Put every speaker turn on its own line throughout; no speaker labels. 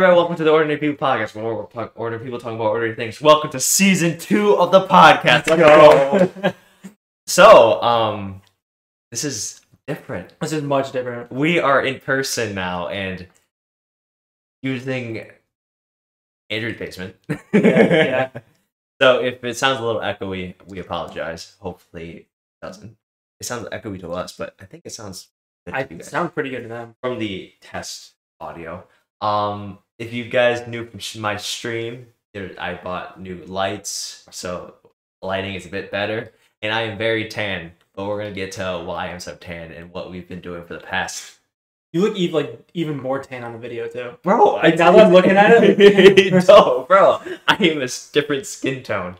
Everyone, welcome to the Ordinary People Podcast, where we're talk- ordinary people talking about ordinary things. Welcome to season two of the podcast. Let's go. so, um, this is different.
This is much different.
We are in person now and using Andrew's basement.
Yeah,
So, if it sounds a little echoey, we apologize. Hopefully, it doesn't. It sounds echoey to us, but I think it sounds. good to
I
you guys
sound pretty good to them.
from the test audio. Um, if you guys knew from sh- my stream, there, I bought new lights, so lighting is a bit better, and I am very tan. But we're gonna get to why I'm so tan and what we've been doing for the past.
You look even like even more tan on the video too.
Bro,
Like, now that I'm looking at it?
no, bro, I am a s- different skin tone.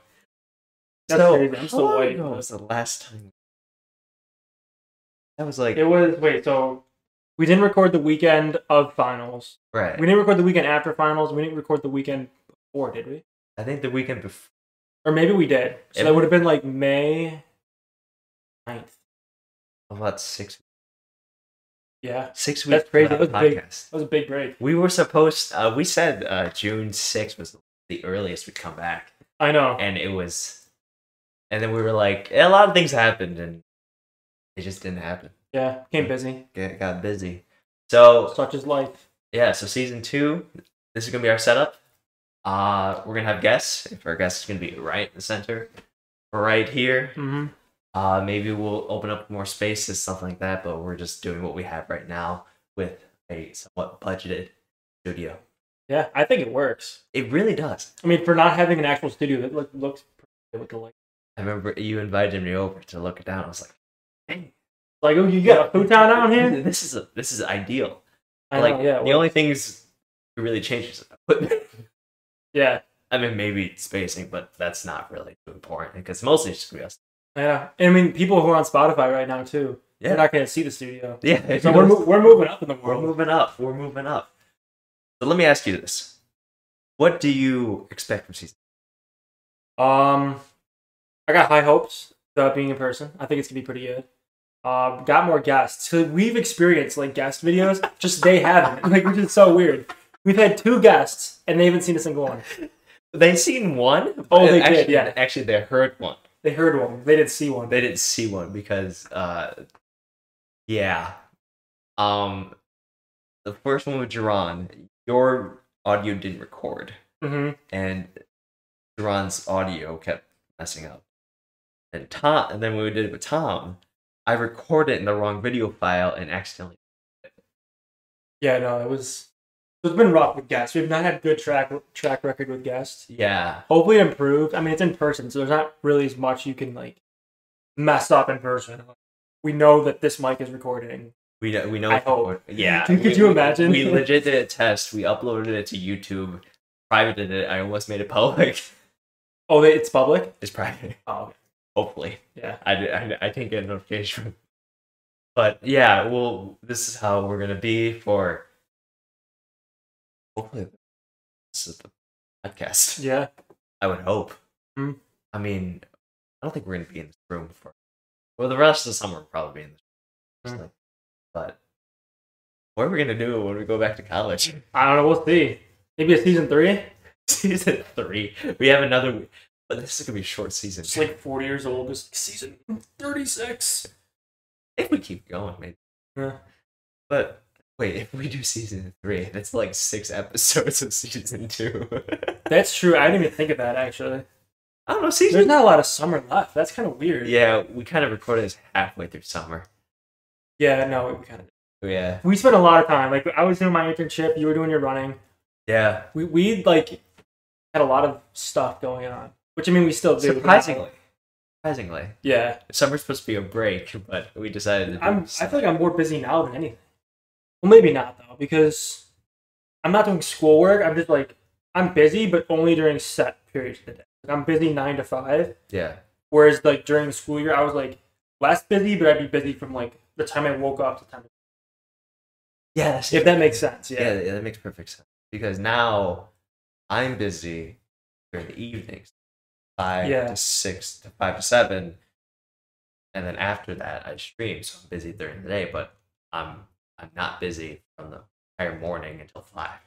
That's
so,
crazy. I'm still
how long
white.
ago was the last time? That was like
It was wait, so we didn't record the weekend of finals.
right.
We didn't record the weekend after finals. We didn't record the weekend before, did we?
I think the weekend before.
Or maybe we did. So
It-
that would have been like May 9th.
About six
Yeah. That
six weeks.
That's
for
crazy.
that
That was big.
podcast.
was a big break.
We were supposed. Uh, we said uh, June sixth was the earliest we'd come back,
I know.
and it was. And then we were like, a lot of things happened, and it just didn't happen.
Yeah. Came busy.
It got busy. So
Such is life.
yeah, so season two. This is gonna be our setup. Uh, we're gonna have guests. If our guest is gonna be right in the center, right here.
hmm
Uh, maybe we'll open up more spaces, stuff like that. But we're just doing what we have right now with a somewhat budgeted studio.
Yeah. I think it works.
It really does.
I mean, for not having an actual studio, it look, looks pretty good with the light.
I remember you invited me over to look it down. I was like, "Dang,
Like, oh, you got a futon down here?
This is a, this is ideal."
I know,
like
yeah.
the
well,
only things that really changes equipment.
yeah.
I mean, maybe spacing, but that's not really too important because mostly it's just gonna be us.
Yeah, and I mean, people who are on Spotify right now too.
Yeah.
they're not going to see the studio.
Yeah, if
So
you
we're,
notice,
mo- we're moving up in the
we're
world.
moving up. We're moving up. So let me ask you this: What do you expect from season?
Um, I got high hopes about being in person. I think it's gonna be pretty good. Um, got more guests. So we've experienced like guest videos, just they haven't. Like, which is so weird. We've had two guests and they haven't seen a single one.
They seen one.
Oh,
but
they did,
actually,
yeah.
Actually, they heard one.
They heard one, they didn't see one.
they didn't see one because uh yeah um the first one with Jerron, your audio didn't record
Mm-hmm.
and Jerron's audio kept messing up and Tom and then when we did it with Tom I recorded it in the wrong video file and accidentally
Yeah, no, it was. It's been rough with guests. We've not had good track track record with guests.
yeah
hopefully it improved. I mean, it's in person, so there's not really as much you can like mess up in person. We know that this mic is recording.
we know we know
I
it's
hope.
recorded. yeah
Could
we-
you
we-
imagine?
we legit did a test we uploaded it to YouTube privated it I almost made it public
Oh, they, it's public.
it's private
Oh,
hopefully
yeah.
I, di- I, di- I didn't get a notification. But yeah, well, this is how we're gonna be for. Hopefully, this is the podcast.
Yeah.
I would hope.
Mm.
I mean, I don't think we're gonna be in this room for. Well, the rest of the summer will probably be in this. Room, Just
Mm.
like- but what are we gonna do when we go back to college?
I don't know. We'll see. Maybe a season three.
season three, we have another. But this is gonna be a short season.
Just like 40 years old. Just like season 36.
if we keep going, maybe.
Yeah.
But wait, if we do season three, that's like six episodes of season two.
That's true. I didn't even think of that actually.
I don't know,
There's
season.
not a lot of summer left. That's kind of weird.
yeah, we kind of recorded this halfway through summer.
Yeah. No, we kind of.
Yeah,
We spent a lot of time. Like I was doing my internship. You were doing your running.
yeah.
We we like had a lot of stuff going on. Which I mean, we still do. We're not-
Surprisingly, surprisingly,
Yeah.
summer's supposed to be a break, but we decided to. Do
I'm, I
stuff.
feel like I'm more busy now than anything. Well, maybe not though, because I'm not doing schoolwork. I'm just like I'm busy, but only during set periods of the day. Like, I'm busy nine to five,
yeah,
whereas like during the school year, I was like less busy, but I'd be busy from like the time I woke up to the time.
yeah. That's
If that makes sense, yeah.
yeah, yeah, that makes perfect sense because now I'm busy during the evenings, five
Yeah.
to six to five to seven, and then after that I stream, so I'm busy during the day, but I'm I'm not busy from the entire morning until five.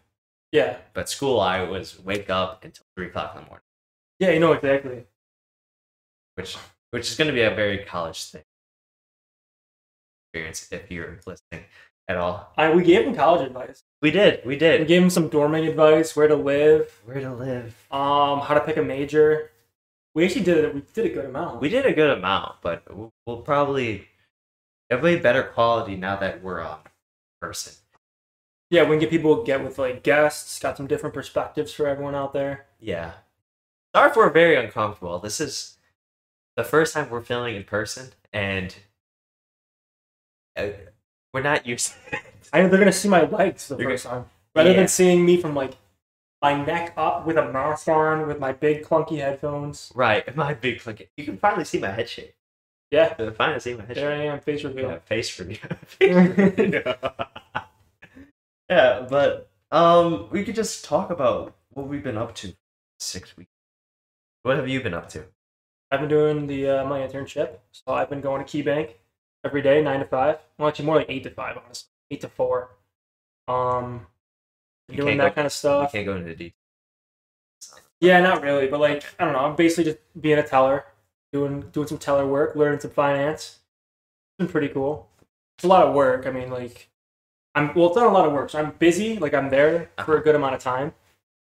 Yeah.
But school, I was wake up until three o'clock in the morning,
Yeah, you know exactly.
which which is going to be a very college thing experience if you're listening at all.
I we gave him college advice.
We did, we
We
did.
gave him some dorming advice, where to live,
Where to live?
um, how to pick a major. We actually did it. We did a good amount.
We did a good amount, but we'll, we'll probably have a better quality now that we're on person.
yeah, we can get people get with like guests, got some different perspectives for everyone out there.
Yeah. Sorry if we're very uncomfortable. This is the first time we're filming in person, and uh, we're not used. To it.
I know they're gonna see my legs for the
You're
first time, rather
Yeah.
than seeing me from like my neck up with a mask on with my big clunky headphones.
Right, my big fucking. You can finally see my head shape.
Yeah,
You can finally see my head
there
shape.
I am, face
Yeah,
reveal.
face review. yeah, but um, we could just talk about what we've been up to six weeks. What have you been up to?
I've been doing the uh, my internship, so I've been going to KeyBank every day, nine to five. Well, actually, more like eight to five, honestly, eight to four. Um,
You
doing
can't
that
go-
kind of
I
stuff.
can't go into detail.
Yeah, not really, but like I don't know. I'm basically just being a teller, doing doing some teller work, learning some finance. It's been pretty cool. It's a lot of work. I mean, like I'm well, it's not a lot of work. So I'm busy. Like I'm there for a good amount of time,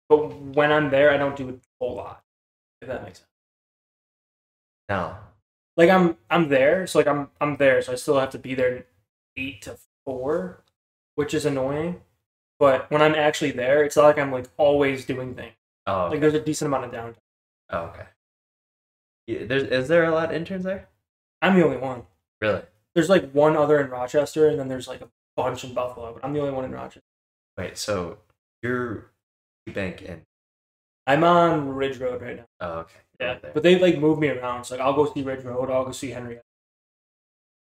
but when I'm there, I don't do a whole lot. If that makes sense.
No,
Like I'm I'm there, so like I'm I'm there, so I still have to be there eight to four, which is annoying. But when I'm actually there, it's not like I'm like always doing things.
oh, okay.
Like there's a decent amount of downtime.
Oh, okay. Yeah, there's is there a lot of interns there?
I'm the only one.
Really?
there's like one other in Rochester, and then there's like a bunch in Buffalo, but I'm the only one in Rochester.
Wait, so you're bank and
I'm on Ridge Road right now.
oh okay. There.
But they like move me around. So like I'll go see Ridge Road, I'll go see Henry.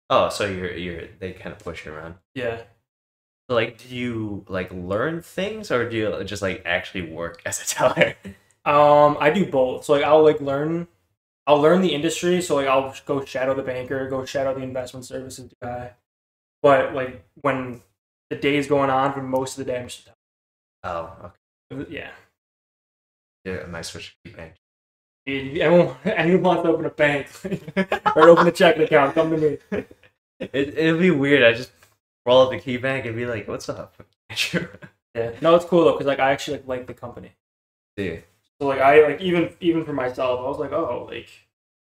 oh, so you're you're they kind of push you around.
Yeah.
So, like, do you like learn things or do you just like actually work as a teller?
Um, I do both. So like I'll like learn I'll learn the industry, so like I'll go shadow the banker, go shadow the investment services guy. But like when the day is going on for most of the day I'm just
oh, okay.
uh, yeah.
Yeah, I might switch to bank.
Dude, Anyone, anyone wants to open a bank or open a checking account, come to me.
It it'd be weird. I just roll up the key bank and be like, "What's up?" Dude.
Yeah. No, it's cool though, because like I actually like, like the company. So like I like even even for myself, I was like, oh, like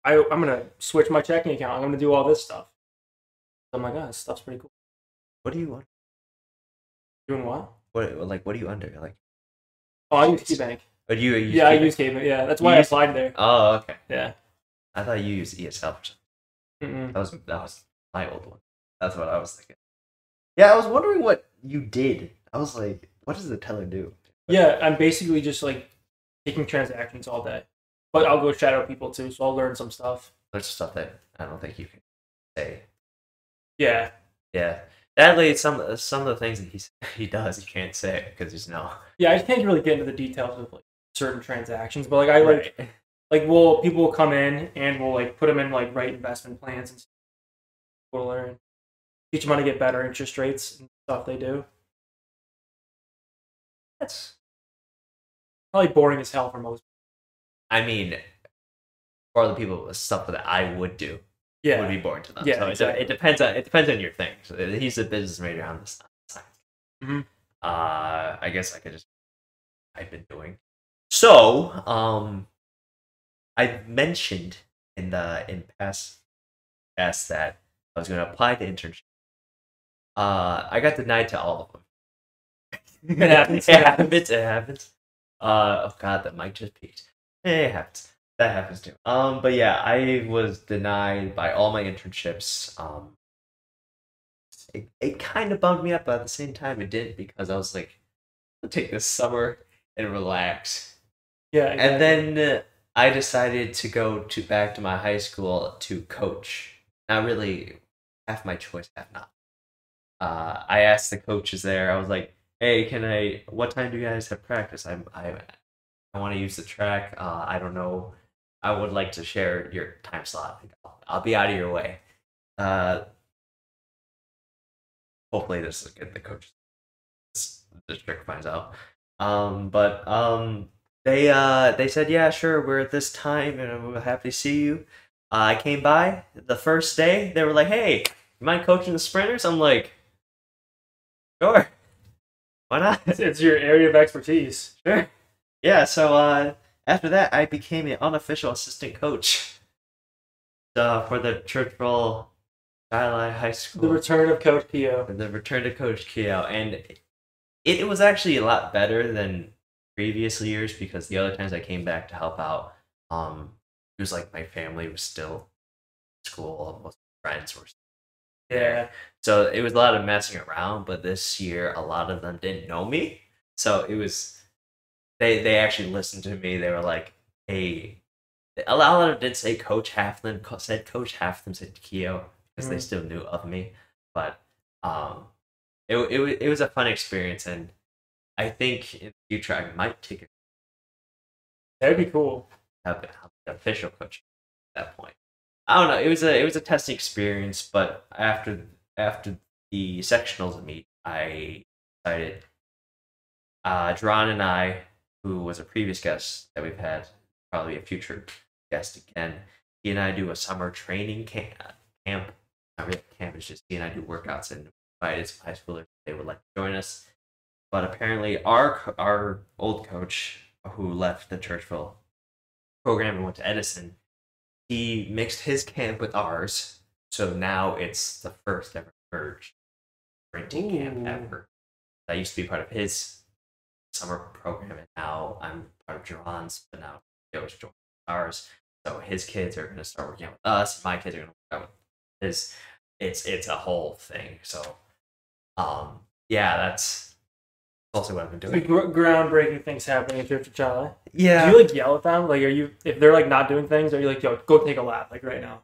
I I'm gonna switch my checking account. I'm gonna do all this stuff. So I'm like, oh, this stuff's pretty cool.
What do you want?
Doing what?
What like what are you under? Like,
Oh, I use
Jeez.
KeyBank.
or do you, you
Yeah, I
KeyBank?
use KeyBank. Yeah, that's
You
why I
use-
applied there.
Oh, okay.
Yeah.
I thought you used E ESL. Or something.
Mm-mm.
That was that was my old one. That's what I was thinking. Yeah, I was wondering what you did. I was like, what does the teller do?
Yeah, I'm basically just like taking transactions all day, but I'll go shadow people too, so I'll learn some stuff.
There's stuff that I don't think you can say.
Yeah.
Yeah, sadly, some some of the things that he he does, you can't say because there's no.
Yeah, I just can't really get into the details of like certain transactions, but like I like
Right.
like we'll people will come in and we'll like put them in like right investment plans and we'll learn teach them how to get better interest rates and stuff they do
That's.
probably boring as hell for most
I mean, for the people with stuff that I would do
yeah
would be boring to them.
Yeah,
so it de-
exactly.
it, depends on it depends on your thing. So uh, he's a business major on this side.
Mhm.
Uh, I guess I could just I've been doing. So, um, I mentioned in the in past past that I was going to apply to internship. Uh, I got denied to all of them.
It happens,
It
it happens.
happens. It happens. Uh, oh god, the mic just peaked. It happens that happens too. Um, but yeah, I was denied by all my internships. Um, it, it kind of bummed me up, but at the same time, it didn't because I was like, I'll take this summer and relax.
yeah
And then uh, I decided to go to back to my high school to coach. Not really half my choice, half not. Uh, I asked the coaches there. I was like, "Hey, can I? What time do you guys have practice? I'm, I, I want to use the track. Uh, I don't know. I would like to share your time slot. I'll be out of your way. Uh, hopefully, this is good. The coaches, this, the trick finds out. Um, but um, they uh they said, yeah, sure, we're at this time, and we're happy to see you. Uh, I came by the first day. They were like, hey, you mind coaching the sprinters? I'm like, sure, why not?
It's, it's your area of expertise. Sure.
yeah, so uh, after that, I became an unofficial assistant coach uh, for the Churchville Skyline High School.
The return of Coach Pio.
the return to Coach Keo, and it, it was actually a lot better than previous years because the other times I came back to help out, um, it was like my family was still at school, most friends were
Yeah.
so it was a lot of messing around, but this year a lot of them didn't know me. So it was they they actually listened to me. They were like, hey a lot of them didn't say coach half of them co- said coach half of them said Keo because they
Mhm.
still knew of me. But um it wa- it, wa- it was a fun experience and I think in the future I might take it
That'd be cool.
have have an official coach at that point. I don't know. It was a it was a testing experience, but after after the sectionals meet, I decided. Uh, John and I, who was a previous guest that we've had, probably a future guest again. He and I do a summer training camp. Camp, not really camp. It's just he and I do workouts and invited some high schoolers. if They would like to join us, but apparently our co- our old coach who left the Churchville program and went to Edison, he mixed his camp with ours. So now it's the first ever merged sprinting camp
Ooh.
ever. That used to be part of his summer program, and now I'm part of Jerron's, but now Joe's joining ours. So his kids are going to start working out with us. My kids are going to work out with his. It's it's a whole thing. So, um, yeah, that's also what I've been
Some
doing.
gr- groundbreaking things happening at Drift Chala.
Yeah,
Do you like yell at them? Like, are you if they're like not doing things? Are you like, yo, go take a lap, like right now?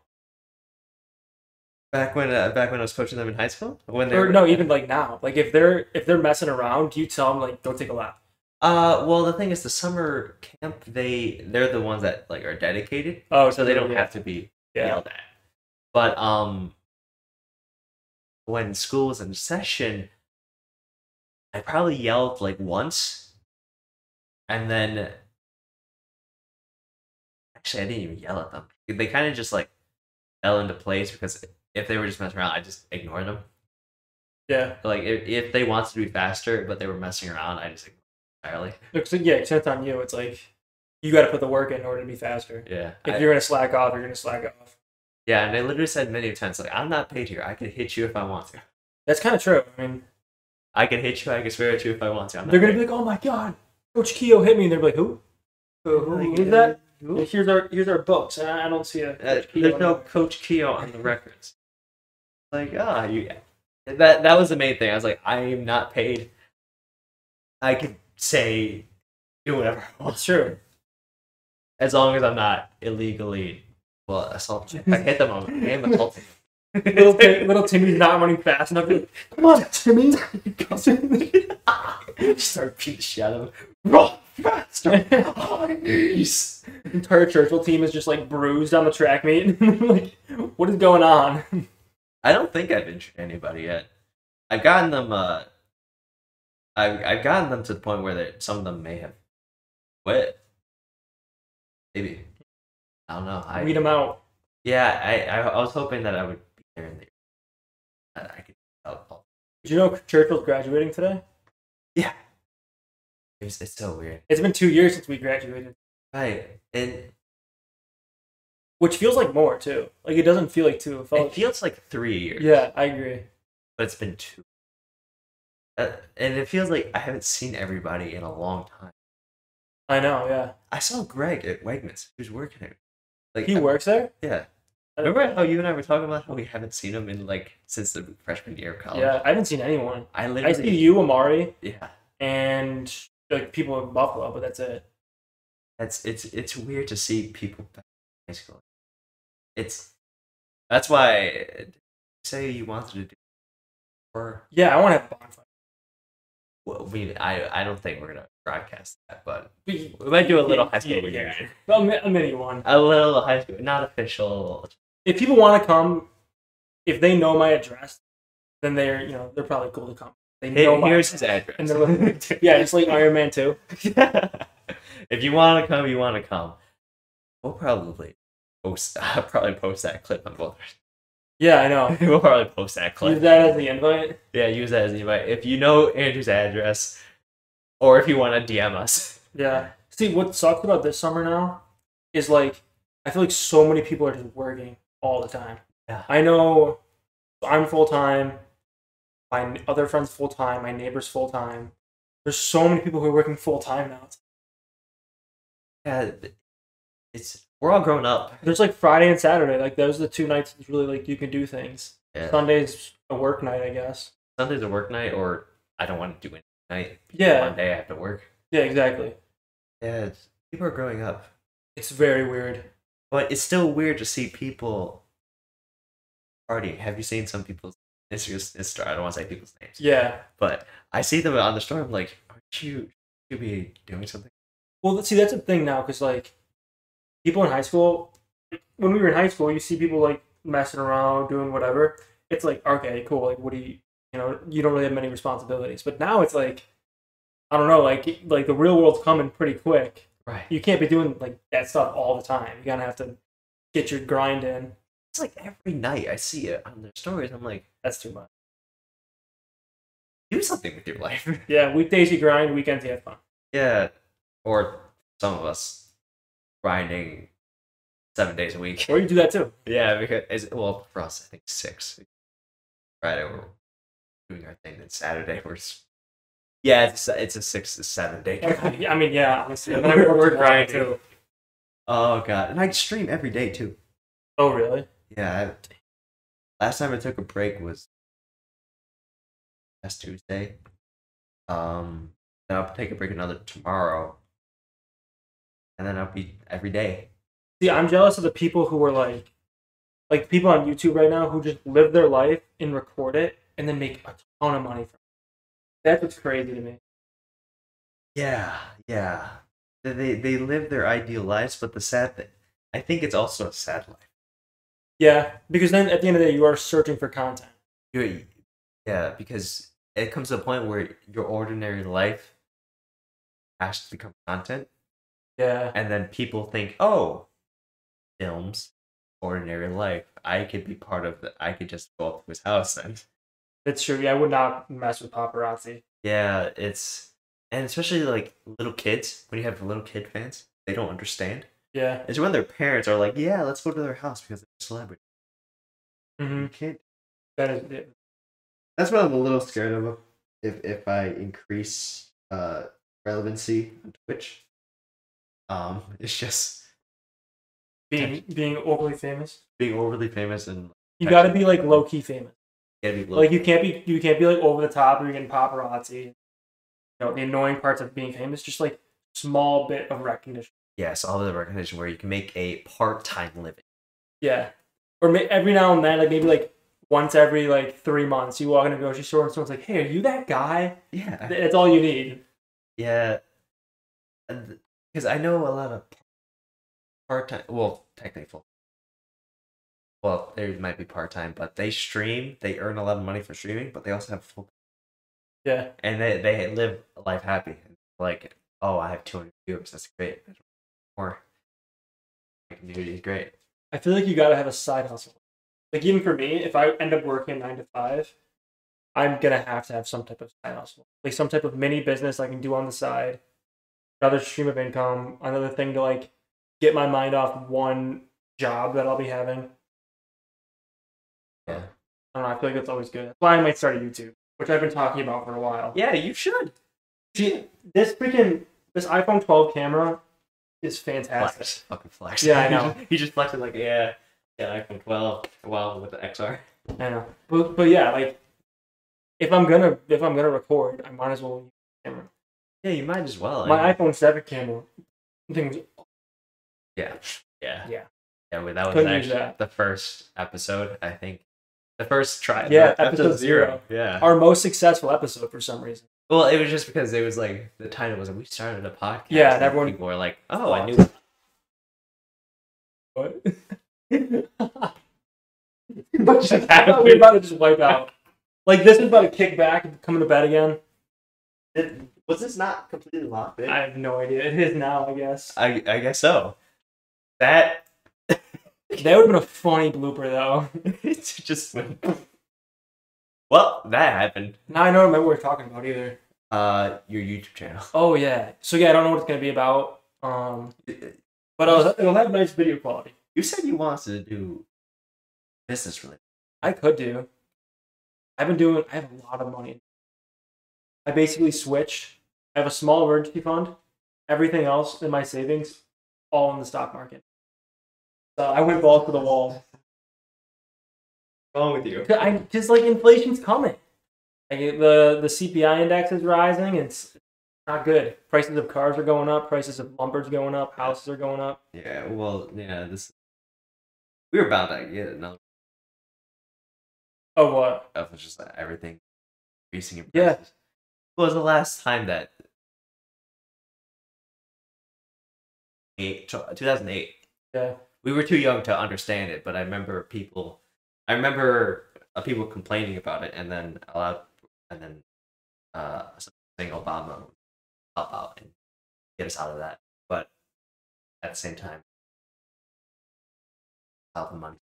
back when uh, back when I was coaching them in high school, when they
Or
were-
no, even like now. Like if they're if they're messing around, do you tell them like, go take a lap?
Uh, well, the thing is, the summer camp they they're the ones that like are dedicated,
Oh,
so they don't
yeah.
have to be
Yeah.
yelled at. But um, when school was in session, I probably yelled like once, and then actually I didn't even yell at them. They kind of just like fell into place because if they were just messing around, I just ignored them.
Yeah.
Like if, if they wanted to be faster, but they were messing around, I just ignored them entirely.
Look, so, yeah, except on you, it's like you got to put the work in order to be faster.
Yeah.
If
I-
you're gonna slack off, you're gonna slack off.
Yeah, and I literally said many times, like, I'm not paid here. I could hit you if I want to.
That's kind of true. I mean,
I could hit you. I could swear at you if I want to. I'm not
they're gonna
paid.
be like, "Oh my god, Coach Keo hit me," and they're like, "Who? Who, who, who is that?"
Who?
Here's our here's our books. and I I don't see a.
Uh,
Coach Keogh
there's no
anywhere.
Coach Keo on the records. Like, ah, you. That that was the main thing. I was like, I am not paid. I could say, do whatever I want
It's true.
as long as I'm not illegally, well, assaulting. If I hit them, I'm, I am assaulting.
little, Tim, little Timmy's not running fast enough. He's like, Come on, Timmy.
Start beating the shit out of him. Roll faster. Jeez.
entire Churchill team is just like bruised on the track meet. like, what is going on?
I don't think I've injured anybody yet. I've gotten them. Uh, I've I've gotten them to the point where that some of them may have quit. Maybe I don't know. I
Weed them out.
yeah. I, I I was hoping that I would be there in the that I could help. help.
Do you know Churchill's graduating today?
It was, it's so weird,
It's been two years since we graduated,
right? And
which feels like more too. Like it doesn't feel like two. It felt
it feels like three years.
yeah, I agree.
but it's been two. Uh, and it feels like I haven't seen everybody in a long time.
I know. Yeah,
I saw Greg at Wegmans. He was working there. Like
he
I-
works there.
Yeah. Remember how you and I were talking about how we haven't seen him in like since the freshman year of college?
Yeah, I haven't seen anyone.
I
I
literally.
see you, Amari,
Yeah.
and like people in Buffalo, but that's it.
That's it's it's weird to see people back in high school. It's that's why uh, say you wanted to do or
Yeah, I want to have a bonfire.
well, we I I don't think we're gonna broadcast that, but
We-
we might do a little
Yeah,
high school
yeah,
reunion.
yeah. A mi- a mini one.
A little high school, not official.
if people want to come, if they know my address, then they're you know they're probably cool to come. If They know
Here-
my-
here's his
and
address.
they're like, yeah, it's like Iron Man Two.
if you want to come, you want to come. We'll probably post. I'll probably post that clip on both.
Yeah, I know.
we'll probably post that clip.
Use that as the invite.
yeah, use that as an invite. If you know Andrew's address, or if you want to DM us.
Yeah. See, what sucks about this summer now is like I feel like so many people are just working all the time.
Yeah.
I know I'm full time. My n- other friends full time. My neighbors full time. There's so many people who are working full time now. It's-
Yeah, it's we're all grown up.
There's like Friday and Saturday. Like those are the two nights that's really like you can do things.
Yeah.
Sunday's a work night, I guess.
Sunday's a work night, or I don't want to do it night.
Yeah.
One day I have to work.
Yeah, exactly.
Yeah, it's, people are growing up,
It's very weird.
but it's still weird to see people partying. Have you seen some people's Instagram? Insta, I don't want to say people's names,
Yeah.
but I see them on the store. I'm like, aren't you? You be doing something?
Well, see, that's a thing now because like people in high school, when we were in high school, you see people like messing around, doing whatever. It's like okay, cool. Like, what do you, you know, you don't really have many responsibilities. But now it's like, I don't know, like like the real world's coming pretty quick.
Right.
You can't be doing like that stuff all the time. You gotta have to get your grind in.
It's like every night I see it on their stories. I'm like,
That's too much.
do something with your life.
Yeah, weekdays you grind, weekends you have fun.
yeah. Or some of us grinding seven days a week.
Or you do that too.
Yeah, because it's, well, for us, I think six. Friday we're doing our thing, then Saturday we're. s- Yeah, it's a, it's a six to seven day. grind.
I mean, yeah, honestly, and then I
We're-
work
we're
a lot,
grinding. oh god, and I stream every day too.
Oh really?
Yeah. I, last time I took a break was last Tuesday. Um, then I'll take a break another tomorrow, and then I'll be every day.
See, I'm jealous of the people who are like, like people on YouTube right now who just live their life and record it and then make a ton of money from it. That's what's crazy to me.
Yeah, yeah. They they, they live their ideal lives, but the sad thing, I think it's also a sad life.
Yeah, because then at the end of the day, you are searching for content.
You're, yeah, because it comes to a point where your ordinary life has to become content,
Yeah,
and then people think, "Oh, films, ordinary life. I could be part of the. I could just go up to his house." And
that's true. Yeah, I would not mess with paparazzi.
yeah, it's and especially like little kids. When you have little kid fans, they don't understand.
Yeah.
It's when their parents are like, "Yeah, let's go to their house because they're celebrities."
Mm-hmm.
You can't
That is it.
that's what I'm a little scared of. If if I increase uh relevancy on Twitch, um, it's just
being being overly famous.
being overly famous and
You got to be like low key famous.
gotta be low-
Like you can't be you can't be like over the top or you're getting paparazzi. You know the annoying parts of being famous, just like small bit of recognition.
yes, all of the recognition where you can make a part time living.
Yeah. Or ma- every now and then, like maybe like once every like three months, you walk in a grocery store and someone's like, "Hey, are you that guy?"
Yeah,
Th- That's all you need.
yeah, because I know a lot of part time. Well, technically, full- well, there might be part time, but they stream. They earn a lot of money for streaming, but they also have full
Yeah.
and they they live a life happy. Like, oh, I have 200 viewers. That's great. Or my community is great.
I feel like you gotta have a side hustle. Like even for me, if I end up working nine to five, I'm gonna have to have some type of side hustle, like some type of mini business I can do on the side, another stream of income, another thing to like get my mind off one job that I'll be having.
Yeah.
I don't know. I feel like that's always good. That's why I might start a YouTube, which I've been talking about for a while.
Yeah, you should.
See, this freaking this iPhone 12 camera is fantastic.
Flex. Fucking flex.
Yeah, I
he,
know.
just, he just flexed it like, yeah, yeah, iPhone 12. Well, with the XR.
I know, but but yeah, like if I'm gonna if I'm gonna record, I might as well use the camera.
Yeah, you might as well.
My iPhone 7 camera thing was
yeah. Yeah.
Yeah.
Yeah, well, that was
Couldn't use
actually
that.
the first episode, I think. The first try.
Yeah,
the
episode zero.
Yeah.
our most successful episode for some reason.
Well, it was just because it was like the title was like, we started a podcast.
Yeah, and everyone-
people were like, oh, I knew.
What?
What
I thought we were about to just wipe out. Like this is about to kick back and coming to bed again.
Did, was this not completely locked in?
I
I,
have no idea. It is now, I guess.
I, guess so. That
That would have been a funny blooper though.
it's just well that happened.
Now I don't remember what we're talking about either.
Uh, your YouTube channel.
Oh yeah. So yeah, I don't know what it's gonna be about. Um, but it'll, it'll have nice video quality.
You said you wanted to do business related.
I could do. I've been doing. I have a lot of money. I basically switched. I have a small emergency fund. Everything else in my savings, all in the stock market. So I went balls to the wall.
What's wrong with you?
I just like inflation's coming. Like it- the the CPI index is rising. It's not good. Prices of cars are going up. Prices of lumber's going up. Houses are going up.
Yeah. Well, yeah. This we were bound to get another.
Oh what?
stuff. It's just like everything increasing in
Yeah.
prices. When was the last time that? Eight, 2008.
Yeah.
We were too young to understand it, but I remember people. I remember uh, people complaining about it, and then allowed, and then uh, saying Obama would help out and get us out of that. But at the same time, out the money.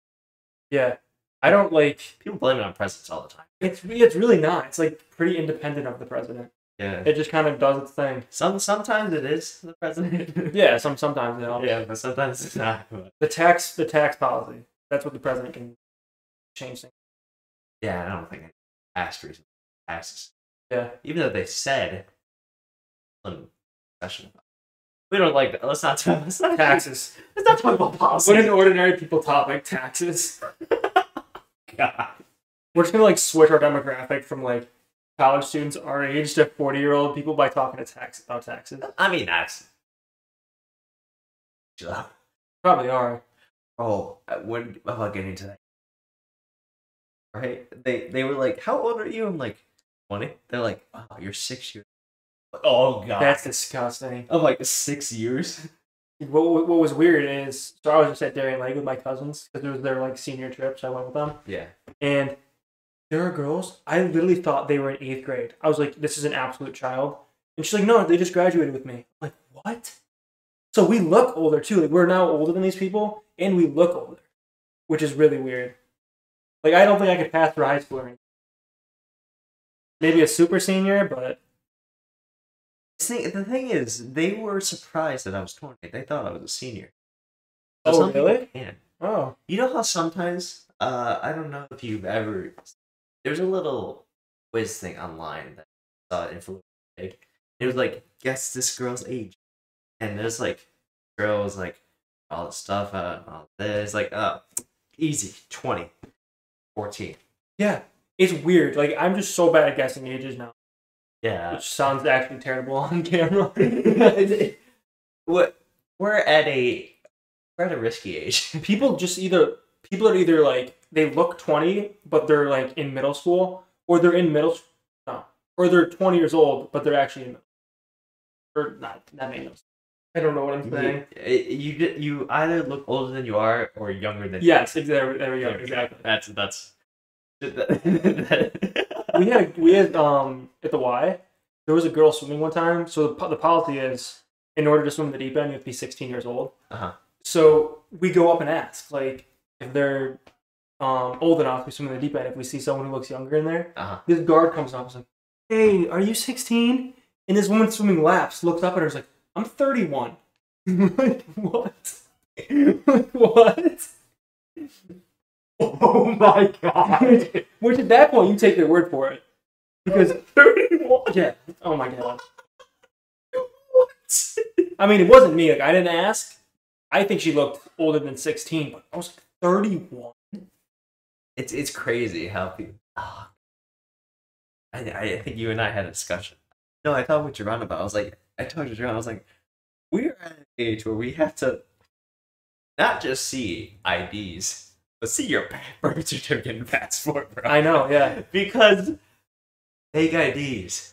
Yeah. I don't like.
People blame it on presidents all the time.
It's re- it's really not. It's like pretty independent of the president.
Yeah.
It just kind of does its thing.
Some sometimes it is the president.
Yeah, some sometimes they don't.
yeah, but sometimes it's not. But
The tax the tax policy. That's what the president can change things.
yeah, I don't think it asked recently. Asked
Yeah.
even though they said um, discussion about- we don't like that. Let's not talk. Let's not
Taxes.
Let's not talk about policy.
what an ordinary people topic, taxes.
God.
We're just gonna like switch our demographic from like college students our age to forty year old people by talking to tax about taxes.
I mean that's. Chill out.
Probably are.
Oh, uh, when am I getting to that? Right? They they were like, "How old are you?" I'm like, 20. They're like, "Wow, you're six years." Oh God.
That's disgusting.
of like six years.
What, what what was weird is so I was just at Darien Lake with my cousins because it was their like senior trip, so I went with them.
Yeah.
And there are girls, I literally thought they were in eighth grade. I was like, this is an absolute child. And she's like, no, they just graduated with me. I'm like, what? So we look older too. Like, we're now older than these people, and we look older, which is really weird. Like, I don't think I could pass through high school or anything. Maybe a super senior, but
See, the thing is, they were surprised that I was 20. They thought I was a senior.
Oh,
some people
really?
Can.
oh,
You know how sometimes, uh, I don't know if you've ever, there's a little quiz thing online that uh, influenced. It was like, guess this girl's age. And there's like, girl was like, all this stuff, uh, all this, like, uh, easy, 20, 14.
yeah, it's weird. Like, I'm just so bad at guessing ages now,
Yeah.
which sounds actually terrible on camera.
what we're at a we're at a risky age.
people just either people are either like they look 20 but they're like in middle school or they're in middle s- no or they're 20 years old but they're actually in or not that makes no sense. i don't know what i'm saying
You, eh, you di- you either look older than you are or younger than
yes exactly there we
you
go
are.
exactly
That's that's. that-
we had we had um at the y there was a girl swimming one time so the, po- the policy is in order to swim in the deep end you have to be 16 years old
Uh-huh.
so we go up and ask like if they're um old enough to swim in the deep end if we see someone who looks younger in there
uh-huh.
This guard comes up and is like, Hey, are you 16? And this woman swimming laps looks up at her and is like, I'm 31. like, what? like, what?
Oh my
Which, which at that point, you take their word for it. Because,
Thirty-one.
yeah, oh my god.
What?
I mean, it wasn't me. Like, I didn't ask. I think she looked older than 16, but I was like, 31.
It's it's crazy how people. ah. I I think you and I had a discussion. No, I thought what you're on about. I was like, I told you, Jerron, I was like, we're at an age where we have to not just see IDs, but see your birth certificate and passport, bro.
I know, yeah,
because fake IDs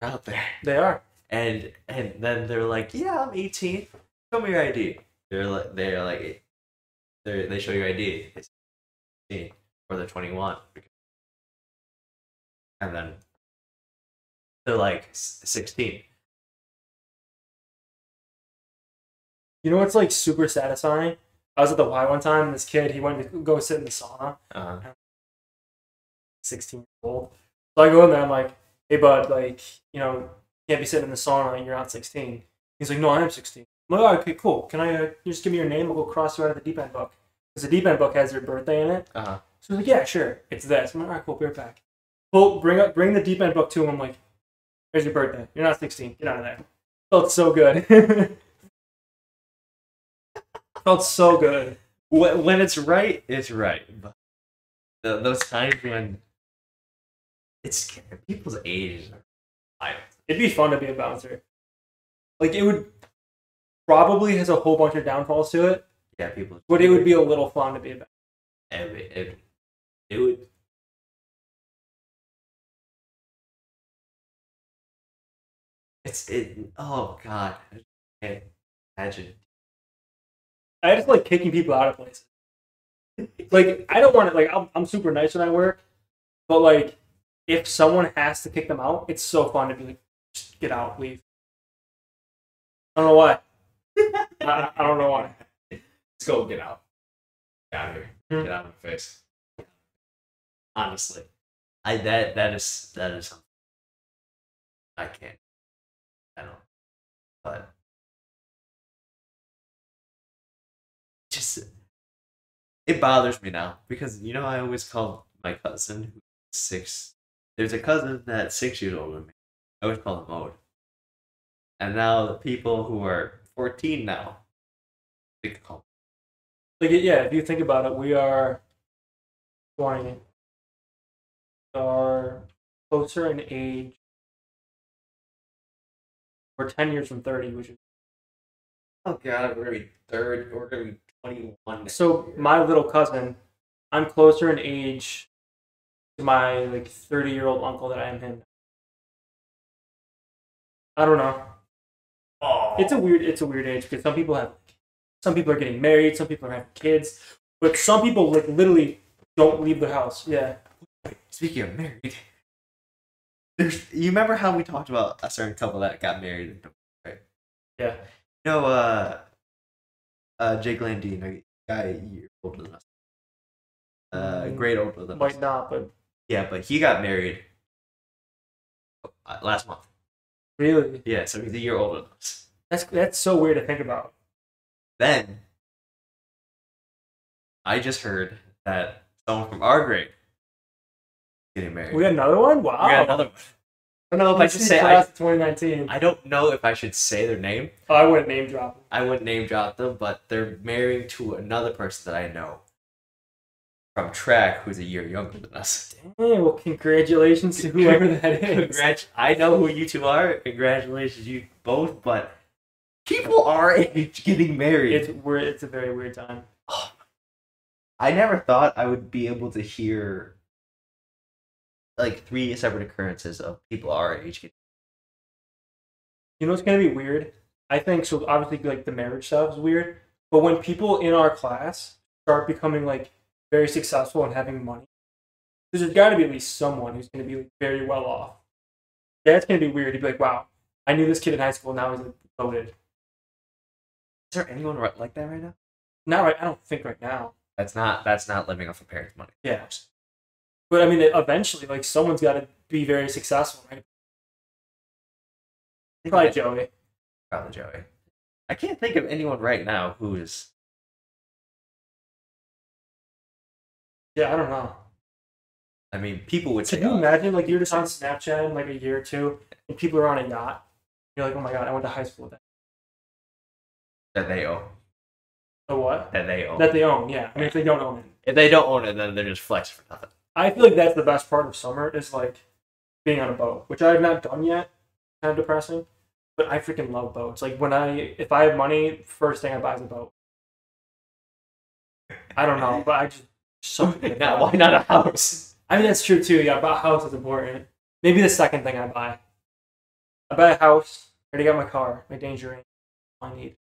are out there,
they are.
and and then they're like, yeah, I'm 18. Show me your ID. They're like, they're like, they they show you ID. It's 18 or they're 21. and then to like s- 16.
You know what's like super satisfying? I was at the Y one time, and this kid he went to go sit in the sauna,
Uh,
16 years old. So I go in there, I'm like, hey bud, like you know, you can't be sitting in the sauna and you're not 16. He's like, no, I am 16. I'm like, oh, okay, cool. Can I uh, you just give me your name? I'll go cross you out of the deep end book because the deep end book has your birthday in it.
uh-huh.
So he's like, yeah, sure, it's this. I'm like, all right, cool, be right back. Well, bring up, bring the deep end book to him. I'm like, here's your birthday. You're not 16. Get out of there. Felt so good. Felt so good.
Wh- When it's right, it's right. But the, those times when it's people's ages are wild.
It'd be fun to be a bouncer. Like it would probably has a whole bunch of downfalls to it,
Yeah, people.
but it would be a little fun to be a bouncer.
It, would- it, it would. It's it. Oh God! I can't imagine.
I just like kicking people out of places. Like I don't want to. Like I'm, I'm super nice when I work, but like if someone has to kick them out, it's so fun to be like, just get out, leave. I don't know why. I, I don't know why.
Let's go get out. Get out of here.
Hmm.
Get out of my face. Honestly. I that that is that is something I can't I don't but just it bothers me now because you know I always call my cousin who's six there's a cousin that's six years older than me. I always call him Ode. And now the people who are fourteen now they call
Like yeah, if you think about it, we are twenty. We Are closer in age. We're ten years from thirty, which is
Oh god, we're gonna be third. We're gonna be twenty-one. next
So
year.
my little cousin, I'm closer in age to my like 30 year old uncle that I am him. I don't know.
oh,
It's a weird. It's a weird age because some people have, some people are getting married, some people are having kids, but some people like literally don't leave the house. Yeah.
speaking of married. There's, you remember how we talked about a certain couple that got married, and divorced, right?
Yeah.
You know, uh, uh, Jake Landine, a guy a year older than us, uh,
Mm,
great older than us.
Might not, but
Yeah, but he got married uh, last month.
really,
Yeah, so he's a year older than us.
that's that's so weird to think about.
Then I just heard that someone from our grade getting married.
We got Oh. another one. Wow.
We got another one. I don't know if I should say I,
2019. I,
I don't know if I should say their name.
oh, I wouldn't name drop.
I wouldn't name drop them, but they're married to another person that I know from track who's a year younger than us.
Hey, well, congratulations to whoever that is.
Congrat- I know who you two are. Congratulations, you both. But people our age getting married.
It's weird. It's a very weird time.
I never thought I would be able to hear like three separate occurrences of people our age. getting-
You know what's gonna be weird? I think so. Obviously, like the marriage stuff is weird, but when people in our class start becoming like very successful and having money, there's got to be at least someone who's gonna be like, very well off. That's gonna be weird. to be like, wow, I knew this kid in high school. Now he's like loaded.
Is there anyone ri- like that right now?
Not right. I don't think right now.
That's not. That's not living off of parents' money.
Yeah. But I mean, eventually, like someone's got to be very successful, right? Probably Joey.
Probably Joey. I can't think of anyone right now who is.
Yeah, I don't know.
I mean, people would say.
Can you
us.
imagine like you're just on Snapchat in like a year or two and people are on a yacht? You're like, oh my god, I went to high school with that.
that they own.
The what?
That they own.
That they own, yeah. I mean if they don't own it.
if they don't own it, then they're just flexing for nothing.
I feel like that's the best part of summer is like being on a boat, which I have not done yet. Kind of depressing. But I freaking love boats. Like when I if I have money, first thing I buy is a boat. I don't know, but I just something
Now, why not a house?
I mean, that's true too. Yeah, but house is important. Maybe the second thing I buy. I buy a house. Already got my car. My Danger Ranger. all I need.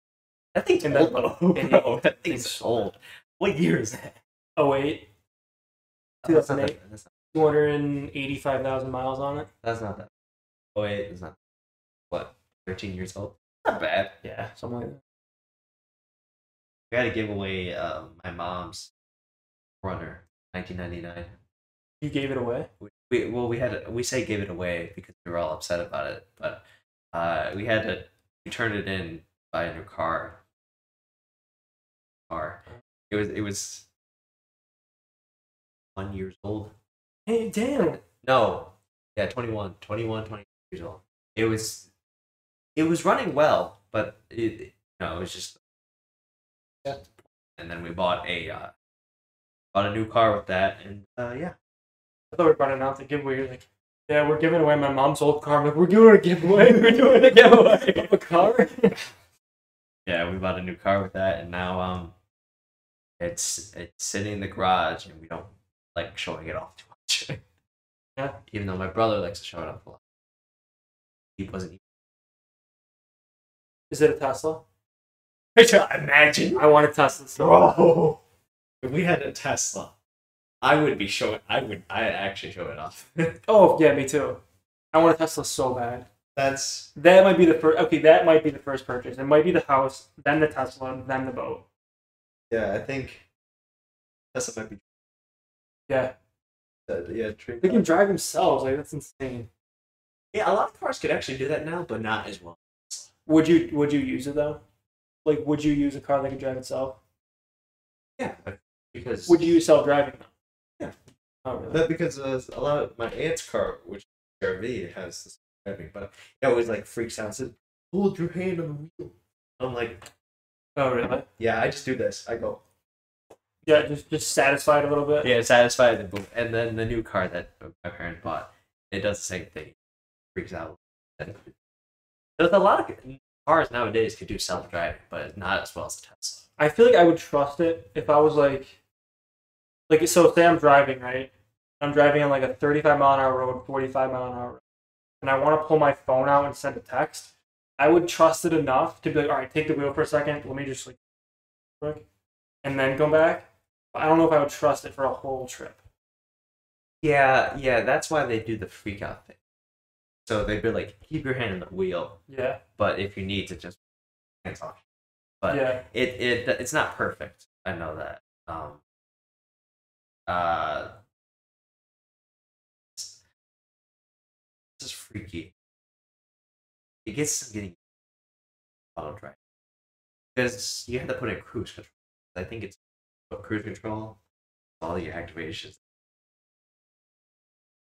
That thing's
And
old
that-
though.
and-
Bro, that thing's
it's-
old. What year is that?
Oh wait,
Oh, that's not the-
2008.
that's not-
two hundred and eighty-five thousand miles on it.
That's not that. Oh wait, it's not. What? Thirteen years old. Not bad.
Yeah, something like that.
We had to give away um, my mom's runner, 1999.
You gave it away.
We, we well, we had we say give it away because we were all upset about it, but uh, we had to we turned it in buy a new car. Car. It was it was one years old.
Hey, damn.
No. Yeah, 21, 21, 22 years old. It was it was running well, but it no, it was just
Yeah.
And then we bought a uh, bought a new car with that and uh yeah.
I thought we were about to announce a giveaway. You're like, yeah, we're giving away my mom's old car. I'm like, we're doing a giveaway. We're doing a giveaway of a car.
Yeah, we bought a new car with that and now um it's it's sitting in the garage and we don't like showing it off too much.
Yeah.
Even though my brother likes to show it off a lot. He wasn't
Is it a Tesla?
Imagine
I want a Tesla. So
Bro, if we had a Tesla, I would be showing. I would. I actually show it off.
Oh yeah, me too. I want a Tesla so bad.
That's
That might be the first. Okay, that might be the first purchase. It might be the house, then the Tesla, then the boat.
yeah. I think Tesla might be.
Yeah,
Uh, yeah, true.
they can drive themselves. Like that's insane.
Yeah, a lot of cars could actually do that now, but not as well.
Would you Would you use it though? Like, would you use a car that could drive itself?
Yeah, because
Would you use self driving though?
Yeah.
Oh really?
that because uh, a lot of my aunt's car, which is RV, has this driving, but it always like freaks out. Says, "Hold your hand on the wheel." I'm like,
Oh really?
yeah, I just do this. I go.
Yeah, just just satisfied a little bit.
Yeah, satisfied the boom. And then the new car that my parents bought, it does the same thing. Freaks out. There's a lot of cars nowadays could do self driving, but not as well as the Tesla.
I feel like I would trust it if I was like, like so. Say I'm driving right, I'm driving on like a 35 mile an hour road, 45 mile an hour, road, and I want to pull my phone out and send a text. I would trust it enough to be like, all right, take the wheel for a second. Let me just like, quick, and then go back. But I don't know if I would trust it for a whole trip.
Yeah, yeah, that's why they do the freak out thing. So they'd be like, keep your hand on the wheel,
Yeah,
but if you need to, just hands off. But
yeah,
it, it it's not perfect. I know that. Um, uh, this is freaky. It gets to getting auto drive because you have to put in cruise control. I think it's but cruise control, all your activations.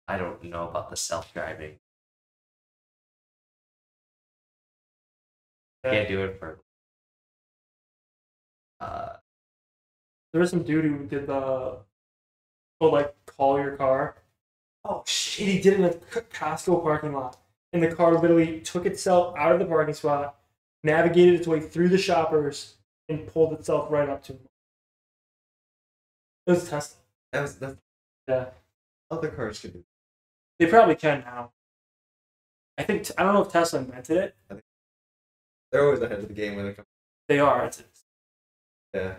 I don't know about the self driving.
yeah.
Can't do it for. Uh,
There was some dude who did the, would like call your car.
oh
shit, he did it in a C- Costco parking lot. And the car literally took itself out of the parking spot, navigated its way through the shoppers, and pulled itself right up to him. It was a Tesla.
That was that.
Yeah.
Other cars could do.
They probably can now. I think, I don't know if Tesla invented it.
They're always ahead of the game when it comes.
They are. It's,
Yeah.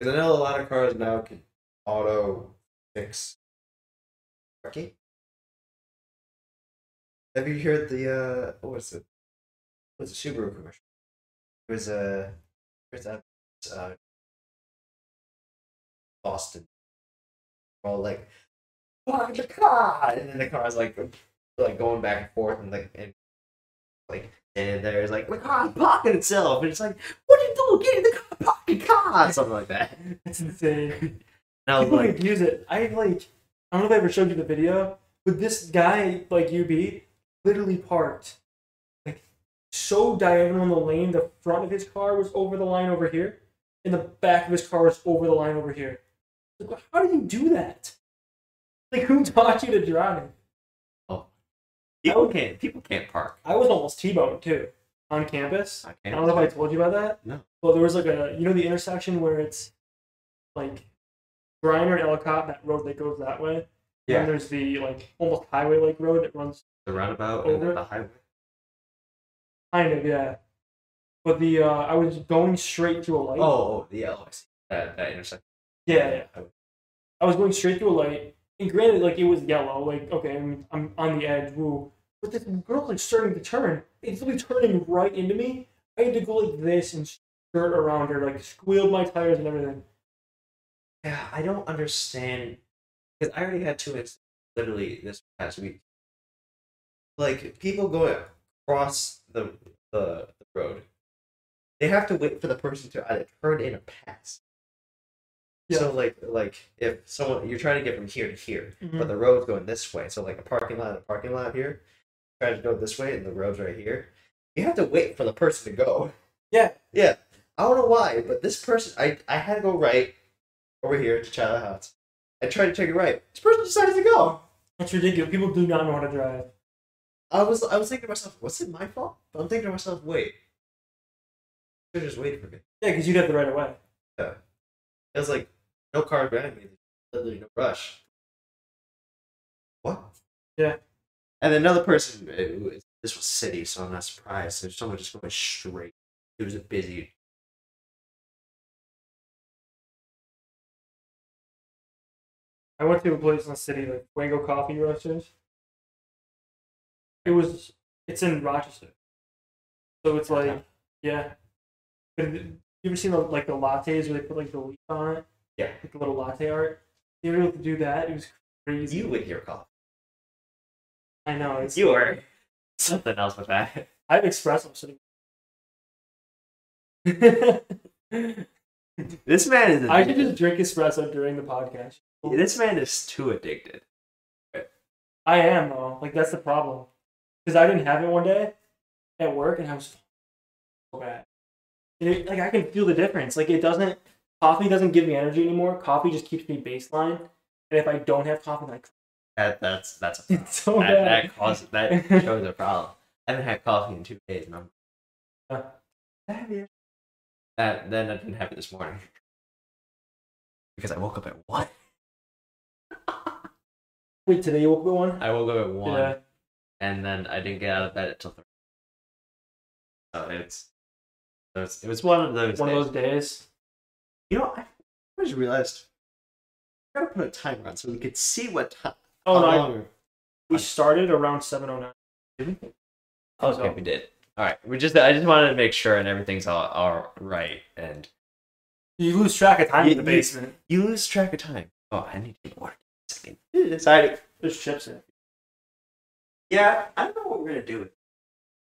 Because I know a lot of cars now can auto fix parking. Have you heard the uh what was it? What's the Subaru commercial? It was a uh, that uh Boston. All like "Park the car and then the car's like like going back and forth and like and like standing there is like the car's parking itself and it's like what are you doing getting the car parking car something like that. And
it's insane.
I was
People
like
abuse it. I like, I don't know if I ever showed you the video, but this guy, like UB, literally parked like so diagonal in the lane. The front of his car was over the line over here, and the back of his car was over the line over here. Like, how do you do that? Like, who taught you to drive?
people can't people can't park.
I was almost T-boned too on campus.
I
I
can't
don't know if I told you about that.
No.
Well, there was like a you know the intersection where it's like Griner and Ellicott that road that goes that way.
Yeah.
And there's the like almost highway like road that runs
the roundabout and
Over.
the highway.
kind of yeah. But the uh, I was going straight to a light.
Oh, oh, yeah, oh, I see. That, that intersection.
Yeah, yeah.
I would-
I was going straight through a light, and granted, like it was yellow. Like okay, I'm, I'm on the edge. Woo. But this girl's like starting to turn. It's literally turning right into me. I had to go like this and skirt around her, like squealed my tires and everything.
Yeah, I don't understand because I already had two incidents literally this past week. Like people go across the the, the road, they have to wait for the person to either turn in or pass. So like like if someone you're trying to get from here to here,
Mhm.
but the road's going this way. So like a parking lot, a parking lot here, try to go this way, and the road's right here. You have to wait for the person to go.
Yeah.
yeah. I don't know why, but this person, I I had to go right over here to Tyler Hots. I tried to take it right. This person decided to go.
That's ridiculous. People do not know how to drive.
I was I was thinking to myself, was it my fault? But I'm thinking to myself, wait, should have just waited for me.
Yeah, because you'd have the right of way.
It was like no car behind me, literally no rush. What?
Yeah.
And then another person. it was- this was city, so I'm not surprised. There's someone just going straight. It was a busy.
I went to a place in the city, like Wango Coffee Roasters. It was, it's in Rochester, so it's like, yeah. But you ever seen the, like the lattes where they put like the leaf on it?
Yeah.
like the little latte art. They were able to do that. It was crazy.
You would hear call.
I know. It's
You were something else with that.
I've expressed I'm sitting. I
This man is.
should
addicted.
just drink espresso during the podcast.
This man is too addicted.
I am though. Like that's the problem. Because I didn't have it one day at work, and I was so bad. And it, like I can feel the difference. Like it doesn't. Coffee doesn't give me energy anymore. Coffee just keeps me baseline. And if I don't have coffee, then I
That that's that's a problem.
it's so
that,
bad.
that causes that shows a problem. I haven't had coffee in two days, and I'm.
Yeah.
That then that didn't happen this morning because I woke up at what?
Wait, today you woke up at one.
I woke up at one,
Yeah.
and then I didn't get out of bed until three. So it's, so it's it was one of those.
One of
days.
those days.
You know, I I just realized. I gotta put a timer on so we could see what time.
Oh no! I- we
I-
started around seven oh nine.
Did we?
Oh,
Okay, we did. All right, we just I just wanted to make sure and everything's all, all right and
You lose track of time
You-
in the
you-
basement.
you lose track of time. Oh, I need to more second. Decided.
There's chips in it.
Yeah, I don't know what we're gonna do.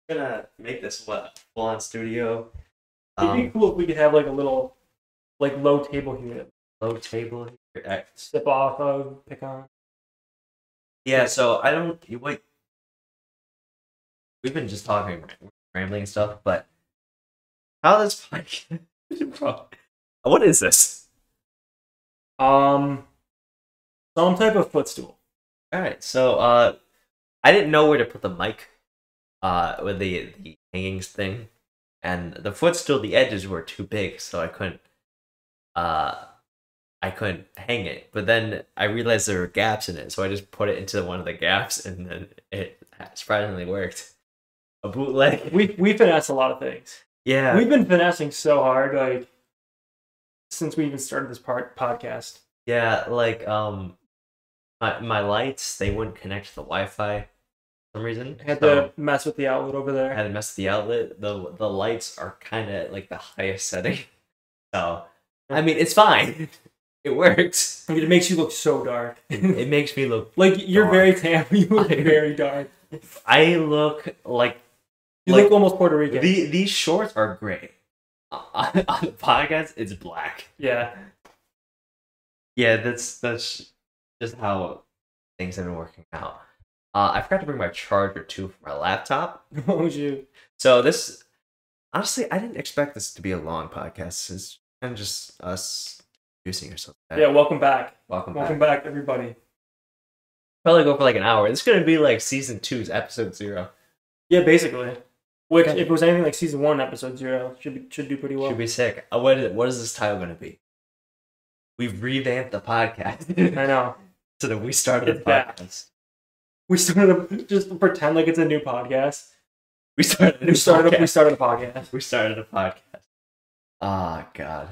We're gonna make this what full on studio.
It'd be
Um,
cool if we could have like a little, like low table here, to
low table. Here. Uh,
sip off of, pick on.
Yeah, so I don't. You wait. We've been just talking, rambling and stuff, but how this podcast? what is this?
Um, some type of footstool.
All right, so uh, I didn't know where to put the mic, uh, with the the hangings thing, and the footstool. The edges were too big, so I couldn't, uh, I couldn't hang it. But then I realized there were gaps in it, so I just put it into one of the gaps, and then it surprisingly worked. A bootleg.
We we finesse a lot of things.
Yeah.
We've been finessing so hard, like since we even started this part podcast.
yeah, like um my my lights, they wouldn't connect to the Wi-Fi for some reason.
I had
so
to mess with the outlet over
I
there.
had to mess with the outlet. The the lights are kind of like the highest setting. So, I mean, it's fine. It works.
It makes you look so dark.
It makes me look
like you're
Dark.
very tan. You look
I-
very dark.
I look like
You
Like,
look almost Puerto Rican.
the these shorts are gray. On, on the podcast, it's black.
yeah.
Yeah, that's that's just how things have been working out. Uh, I forgot to bring my charger too for my laptop.
What would you?
So this, honestly, I didn't expect this to be a long podcast. It's kind of just us introducing ourselves.
Yeah. Welcome back.
welcome,
Welcome
back.
back, everybody.
Probably go for like an hour. This is gonna be like season two's episode zero.
Yeah, basically. Which,
Okay.
if it was anything like season one, episode zero, should be, should do pretty well.
Should be sick. Uh, what is it? What is this title gonna be? We've revamped the podcast
I know.
so that we started the
It's back.
podcast.
We started a, just pretend like it's a new podcast.
We started. a
We started.
podcast.
We started a podcast.
We started a podcast. Ah, God.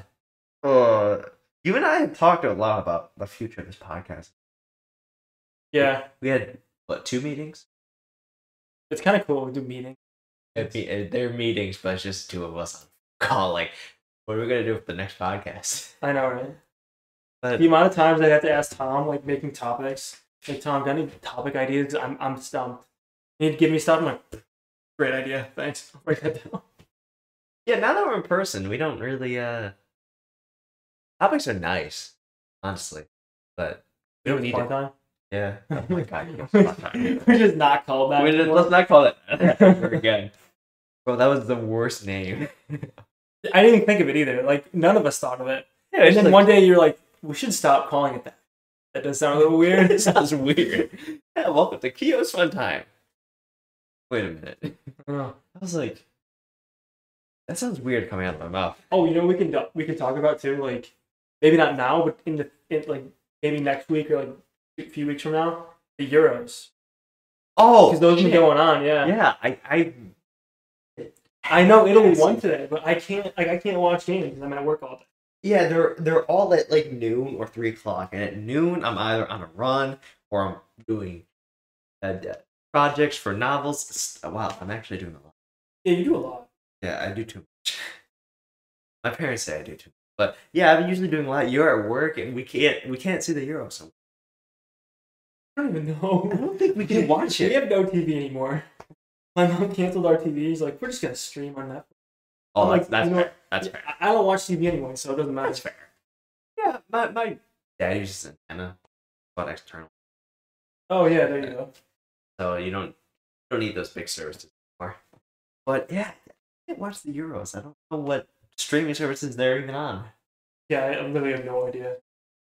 Oh, You and I have talked a lot about the future of this podcast.
Yeah,
We had what two meetings?
it's kind of cool. We do meetings.
It'd be- uh, They're meetings, but it's just two of us on call. Like, what are we gonna do for the next podcast?
I know, right?
But
The amount of times I have to ask Tom, like making topics, like Tom, got any topic ideas? I'm I'm stumped. He'd give me stuff. I'm like, great idea, thanks. Write that down.
yeah, now that we're in person, we don't really uh topics are nice, honestly. But we don't need
Fun
it.
time.
Yeah. Oh my god. you guys are fine.
We're just not called back.
We did-
anymore.
let's not call it that ever again. Bro, that was the worst name.
I didn't even think of it either. Like none of us thought of it.
Yeah,
and then one day you're like, we should stop calling it that. That does sound a little weird.
This sounds weird. Yeah, welcome to Kio's Fun Time. Wait a minute. I
oh,
was like, that sounds weird coming out of my mouth.
Oh, you know we can do- we can talk about too. Like maybe not now, but in the in, like maybe next week or like a few weeks from now, the Euros
Oh,
because those have
shit.
been going on. Yeah.
Yeah, I, I,
I know Italy
Yes.
won today, but I can't like I can't watch games because I'm at work all day.
yeah, they're they're all at like noon or three o'clock, and at noon I'm either on a run or I'm doing uh, projects for novels. S- Wow, I'm actually doing a lot.
Yeah, you do a lot.
Yeah, I do too much. My parents say I do too much. But yeah, I've been usually doing a lot. You're at work and we can't we can't see the Euro so
I don't
I
even know.
don't think we can watch
We
it.
have no TV anymore. My mom canceled our TV. She's like, we're just gonna stream on Netflix.
Oh
I'm
that's
like,
that's
you
fair.
know what?
That's
Yeah,
fair.
I I don't watch TV anyway, so it doesn't matter.
That's fair. Yeah, my my dad uses an antenna but external.
Oh yeah, there you go.
So you don't don't need those big services anymore. But yeah, I can't watch the Euros. I don't know what streaming services they're even on.
Yeah, I literally have no idea.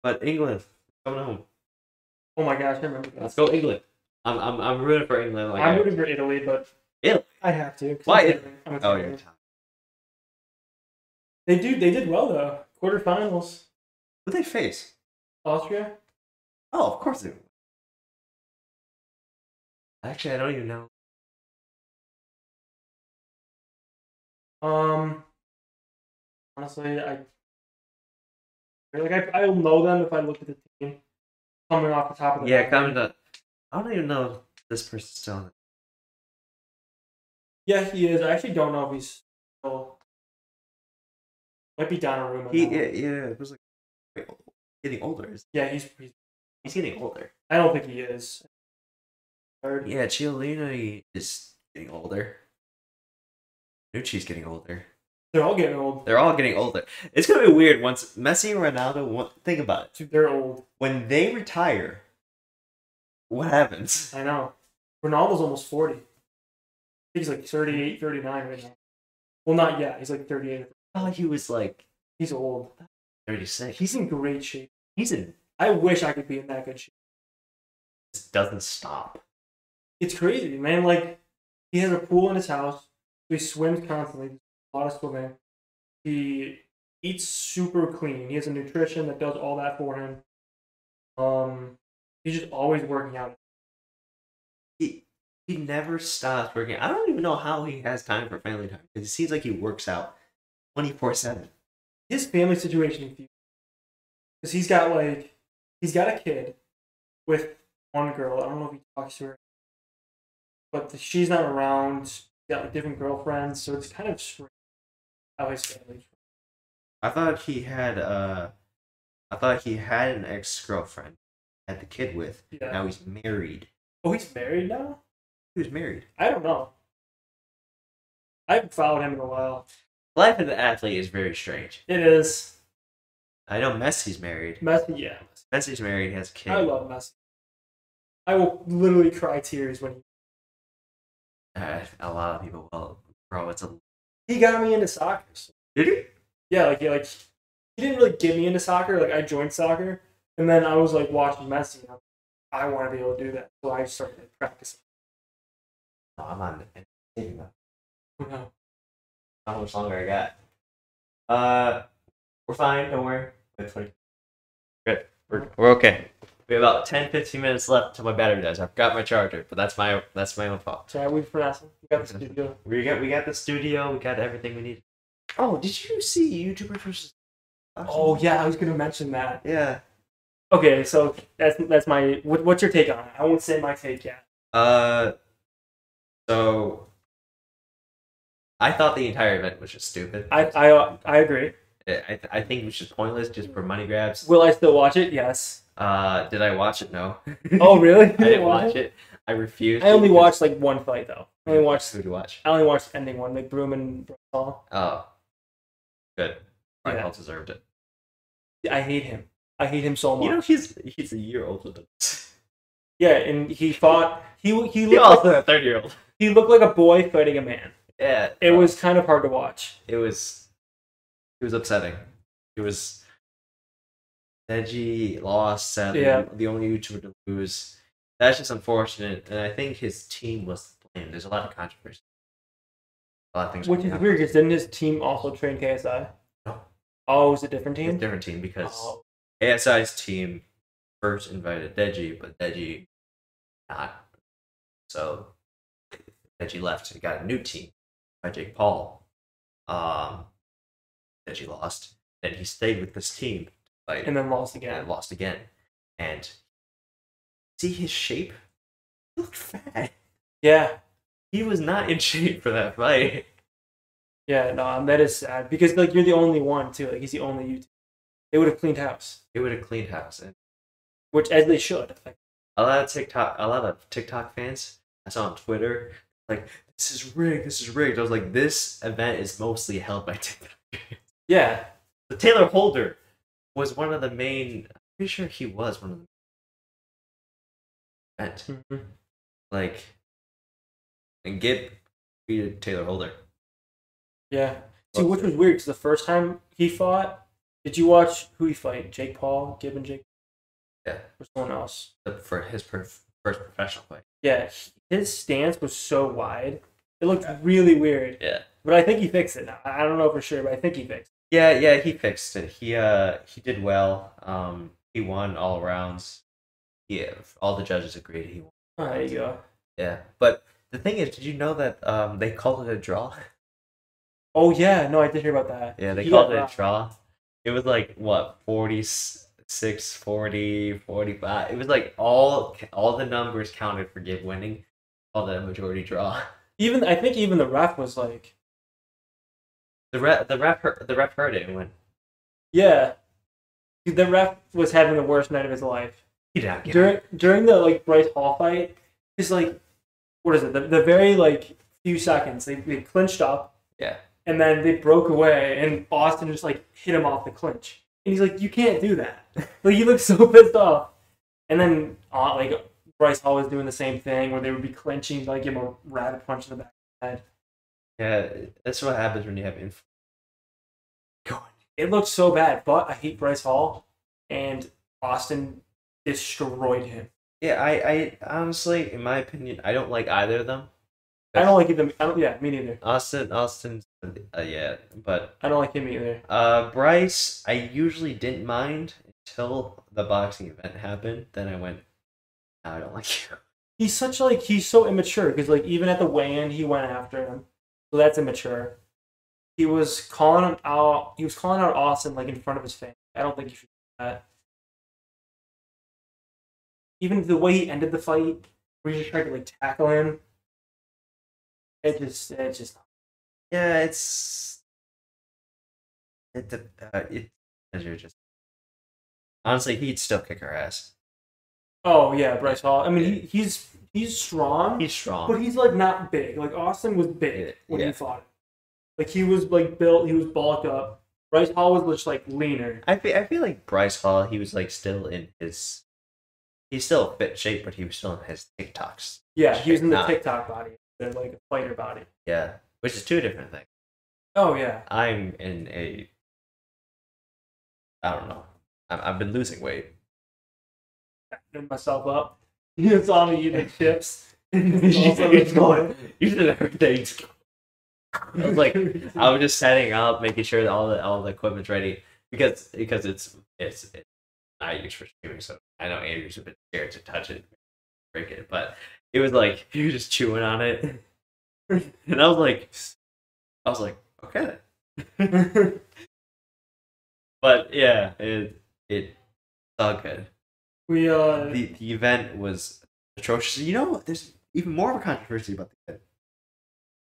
But England, coming home.
Oh my gosh, I remember that.
Let's go England. I'm I'm I'm rooting for England like
I'm
I-
rooting for Italy, but
Italy?
I have to. 'cause
Why
I'm
Italy?
Italian. I'm
Oh
Italian.
you're
They do. They did well though. Quarterfinals,
Who they face?
Austria.
Oh, of course they would. Actually, I don't even know.
Um, honestly, I like I I'll know them if I look at the team coming off the top of the
Yeah,
round.
comment on. I don't even know if this person's still on. it.
Yeah, he is. I actually don't know if he's still. Might be Donnarumma.
He,
now.
yeah, yeah, it was like wait, getting older. is-
Yeah, he's, he's.
He's getting older.
I don't think he is. Third.
Yeah, Chiellini is getting older. Nucci's getting older.
They're all getting old.
They're all getting older. It's gonna be weird once Messi and Ronaldo. wa- Think about it.
Dude, They're old.
When they retire, what happens?
I know. Ronaldo's almost 40. I think he's like 38, 39 right now. Well, not yet. He's like 38.
Oh, he was like
He's old.
thirty-six.
He's in great shape.
He's in.
I wish I could be in that good shape.
Doesn't stop.
It's crazy, man. Like, he has a pool in his house. So he swims constantly. A lot of swimming. He eats super clean. He has a nutrition that does all that for him. Um, he's just always working out.
he he never stops working. I don't even know how he has time for family time because it seems like he works out twenty four seven.
his family situation because he's got like he's got a kid with one girl i don't know if he talks to her but the- she's not around he's got like different girlfriends so it's kind of strange how his family
I thought he had uh, I thought he had an ex girlfriend, had the kid with.
yeah
Now he's married.
oh he's married now
He was married.
i don't know i haven't followed him in a while
Life of the athlete is very strange.
it is
I know Messi's married.
messy yeah
Messi's married. He has a kid.
i love messy i will literally cry tears when he
Uh, a lot of people. Well, bro, it's a.
he got me into soccer so
Did he?
yeah, like he like he didn't really get me into soccer. Like I joined soccer, and then I was like watching Messi. And I'm like, I want to be able to do that, so I started practicing.
No, I'm on. I'm thinking about
No,
how much longer I got. Uh, we're fine. Don't worry. Good. We're, we're okay. We have about 10, 15 minutes left till my battery dies. I've got my charger, but that's my that's my own fault.
sorry, we pronounced. We got this video.
We got we got the studio. We got everything we need. Oh, did you see YouTubers versus
Oh yeah, I was gonna mention that.
yeah.
Okay, so that's that's my what, what's your take on it? I won't say my take yet.
Uh, so I thought the entire event was just stupid.
I I I agree.
I, I, I think it was just pointless, just for money grabs.
Will I still watch it? Yes.
Uh, did I watch it? No,
Oh really?
I didn't watch it. I refused.
I only
to
watched like one fight though. I only watched
Who to watch?
I only watched the ending one, like Broom and Brawl.
Oh, good. Ryan
Yeah.
Hall deserved it.
I hate him. I hate him so much.
You know he's he's a year older than us.
yeah, and he fought. He he
He's
looked like,
also a third year old.
he looked like a boy fighting a man.
Yeah,
It
uh,
was kind of hard to watch.
it was it was upsetting. It was Neji lost sadly
Yeah.
the only YouTuber to lose. That's just unfortunate, and I think his team was to blame. There's a lot of controversy. A lot of things.
Which is
going on.
weird because didn't his team also train KSI?
No.
Oh, it was a different
It's a
team.
different team because
Oh.
ASI's team first invited Deji, but Deji not. So Deji left and got a new team by Jake Paul. Um, Deji lost. Then he stayed with this team to fight
and then lost
and
again.
lost again. And see his shape? He looked fat.
Yeah,
He was not in shape for that fight.
yeah. No, um, that is sad because like you're the only one too. Like he's the only YouTube. They would have cleaned house,
It would have cleaned house. And
which as they should. Like,
a lot of TikTok, a lot of TikTok fans I saw on Twitter, like this is rigged, this is rigged. I was like, this event is mostly held by TikTok.
yeah,
But Taylor Holder was one of the main. I'm pretty sure he was one of the event.
Mhm.
Like, and Gib beat Taylor Holder.
yeah. See, which was weird because the first time he fought, did you watch who he fight? Jake Paul, Gibbon, Jake,
Yeah,
or someone else?
the- for his perf- first professional fight.
Yeah, his stance was so wide. It looked really weird.
Yeah.
But I think he fixed it now. I I don't know for sure, but I think he fixed
Yeah, yeah, he fixed it. He uh he did well. Um, he won all rounds. Yeah, all the judges agreed he won.
it. Oh, there you go.
Yeah, but the thing is, did you know that um they called it a draw?
Oh, yeah. No, I did hear about that.
Yeah, they
He
called
got
it a
robbed.
draw. It was like what 46, 40, 45. It was like all all the numbers counted for Gib winning, all the majority draw.
Even I think even the ref was like,
The ref the ref heard, the ref heard it and went,
yeah. The ref was having the worst night of his life.
"Get out, get out."
During during the like Bryce Hall fight, it's like what is it? The, the very like few seconds they, they clinched up.
Yeah.
And then they broke away and Austin just like hit him off the clinch. And he's like, You can't do that. like he looked so pissed off. And then uh, like Bryce Hall was doing the same thing where they would be clinching, like give him a rabbit punch in the back.
Yeah, that's what happens when you have influence. Going.
It looked so bad, but I hate Bryce Hall and Austin destroyed him.
Yeah, I, I honestly, in my opinion, I don't like either of them.
I don't like either I don't yeah, me neither.
Austin, Austin, uh, yeah, but
I don't like him either.
Uh, Bryce, I usually didn't mind until the boxing event happened. Then I went, "No, I don't like you.
he's such like he's so immature because like even at the weigh-in he went after him so that's immature he was calling him out he was calling out austin like in front of his family i don't think you should do that even the way he ended the fight where he just tried to like tackle him it just it just
Yeah, it's it. dep- Uh, it as you're just honestly, he'd still kick her ass.
oh yeah bryce hall i mean he, he's he's strong
He's
But
strong.
he's like not big. Like Austin was big
Yeah,
when
yeah.
he fought. him. Like he was like built, he was bulked up. Bryce Hall was just like leaner.
I feel, I feel like Bryce Hall. He was like still in his. He's still in fit shape, but he was still in his TikToks.
Yeah, he was in the
Nah.
TikTok body. They're like a fighter body.
Yeah, which is two different things.
Oh yeah.
I'm in a. I don't know. I- I've been losing weight.
Picking myself up. He was on me eating chips. It's also
It's
really
going. You did everything. I was like, I was just setting up, making sure that all the all the equipment's ready because because it's it's, it's I use for streaming, so I know Andrew's a bit scared to touch it, break it, but it was like he was just chewing on it, and I was like, I was like, okay, But yeah, it it it's all good.
We uh,
The the event was atrocious. You know, there's even more of a controversy about the event.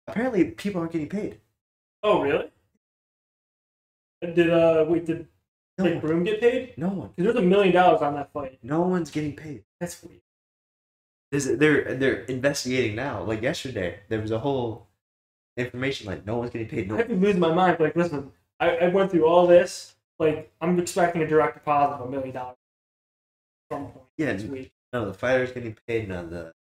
Apparently, people aren't getting paid.
oh really? Did uh, wait, did
No
like
one.
Broom get paid?
No one.
Because there's a million dollars on that fight.
No one's getting paid.
That's weird.
There's, they're they're investigating now. Like yesterday, there was a whole information like no one's getting paid.
I
No
have to lose my mind. But like, listen, I, I went through all this. Like, I'm expecting a direct deposit of a million dollars. at some point
yeah,
this week.
none of the fighters getting paid. None of the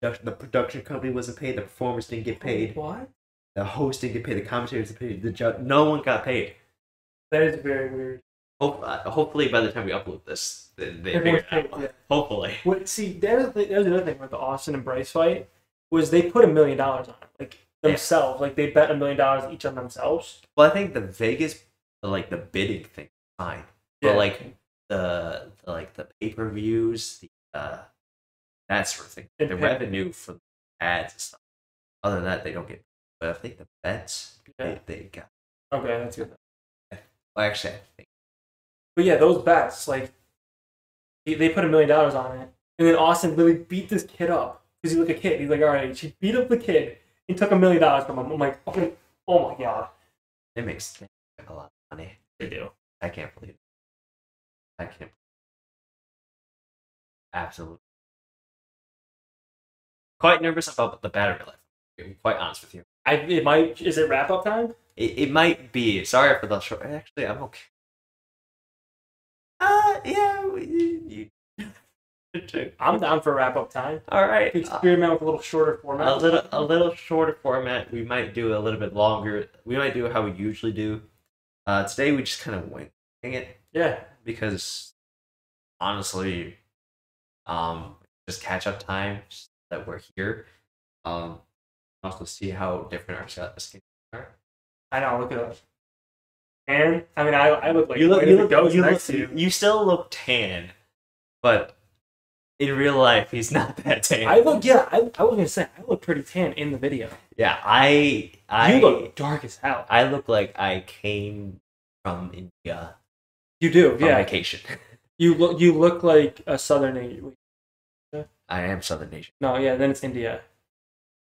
production- the production company wasn't paid. The performers didn't get paid.
What?
The host didn't get paid. The commentators didn't get paid. The judge, no one got paid.
That is very weird.
Hope, uh, hopefully, by the time we upload this, they, they figure
Everyone's
it out.
paid, yeah.
Hopefully,
What? See, that was, the, that was the other thing with the Austin and Bryce fight was they put a million dollars on it, like
Yeah.
themselves. Like they bet a million dollars each on themselves.
well, I think the Vegas, like the bidding thing, is fine.
Yeah.
But like the, the like the pay per views, the uh, that sort of thing,
And
the
pay-
revenue from ads and stuff. Other than that, they don't get. But I think the bets
Yeah.
they, they got.
Okay, that's good.
Well, actually, I think
But yeah, those bets, like they, they put a million dollars on it, and then Austin really beat this kid up because he was like a kid. He's like, all right, she beat up the kid and took a million dollars from him. I'm like, oh, oh my god,
it makes they make a lot of money.
they do.
I can't believe it. I can't. Absolutely. Quite nervous about the battery life. to be quite honest with you.
I it might is it wrap up time?
It, it might be. Sorry for the short. Actually, I'm okay. Uh, yeah. we- You, you,
I'm down for wrap up time.
all right. uh,
Experiment with a little shorter format.
a little, uh, a little shorter format. We might do a little bit longer. We might do how we usually do. Uh, today we just kind of went. Dang it.
yeah.
because honestly, um, just catch up time just that we're here. Um, also see how different our sch- schedules are.
I know. Look at us. And I mean, I, I look like quite a bit goes next to you.
you still look tan, but in real life, he's not that tan.
I look yeah. I, I was gonna say I look pretty tan in the video.
yeah, I, I,
you look dark as hell.
I look like I came from India
You do.
on
Yeah.
vacation.
You look. You look like a southern Indian.
I am Southern Asian.
No, yeah. Then it's India.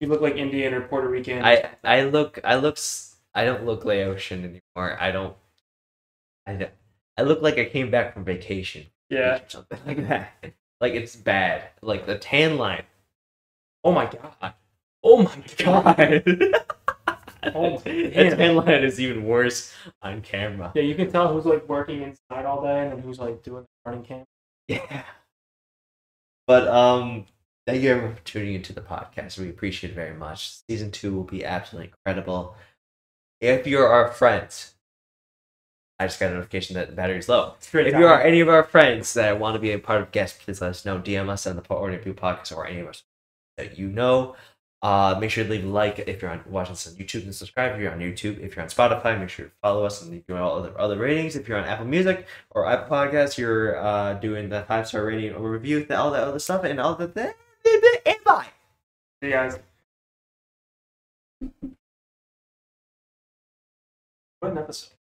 You look like Indian or Puerto Rican.
I I look I look s- I don't look Laotian anymore. I don't I don't, I look like I came back from vacation
yeah.
or something like that. Like it's bad. Like the tan line.
Oh my god. Oh my god. Oh,
the
man.
tan line is even worse on camera.
Yeah, you can tell who's like working inside all day and then who's like doing the morning camp.
Yeah. But um thank you everyone for tuning into the podcast. We appreciate it very much. Season two will be absolutely incredible. If you're our friends, I just got a notification that the battery's low.
It's great.
If you are any of our friends that want to be a part of guests, please let us know. DM us on the Port Order Blue podcast or any of us that you know. Uh, make sure to leave a like if you're on watching us on YouTube and subscribe if you're on YouTube. If you're on Spotify, make sure to follow us and leave your all other, other ratings. If you're on Apple Music or Apple Podcasts, you're uh, doing the five star rating or review, th- all that other stuff, and all the thing. And bye.
See you guys. What an episode.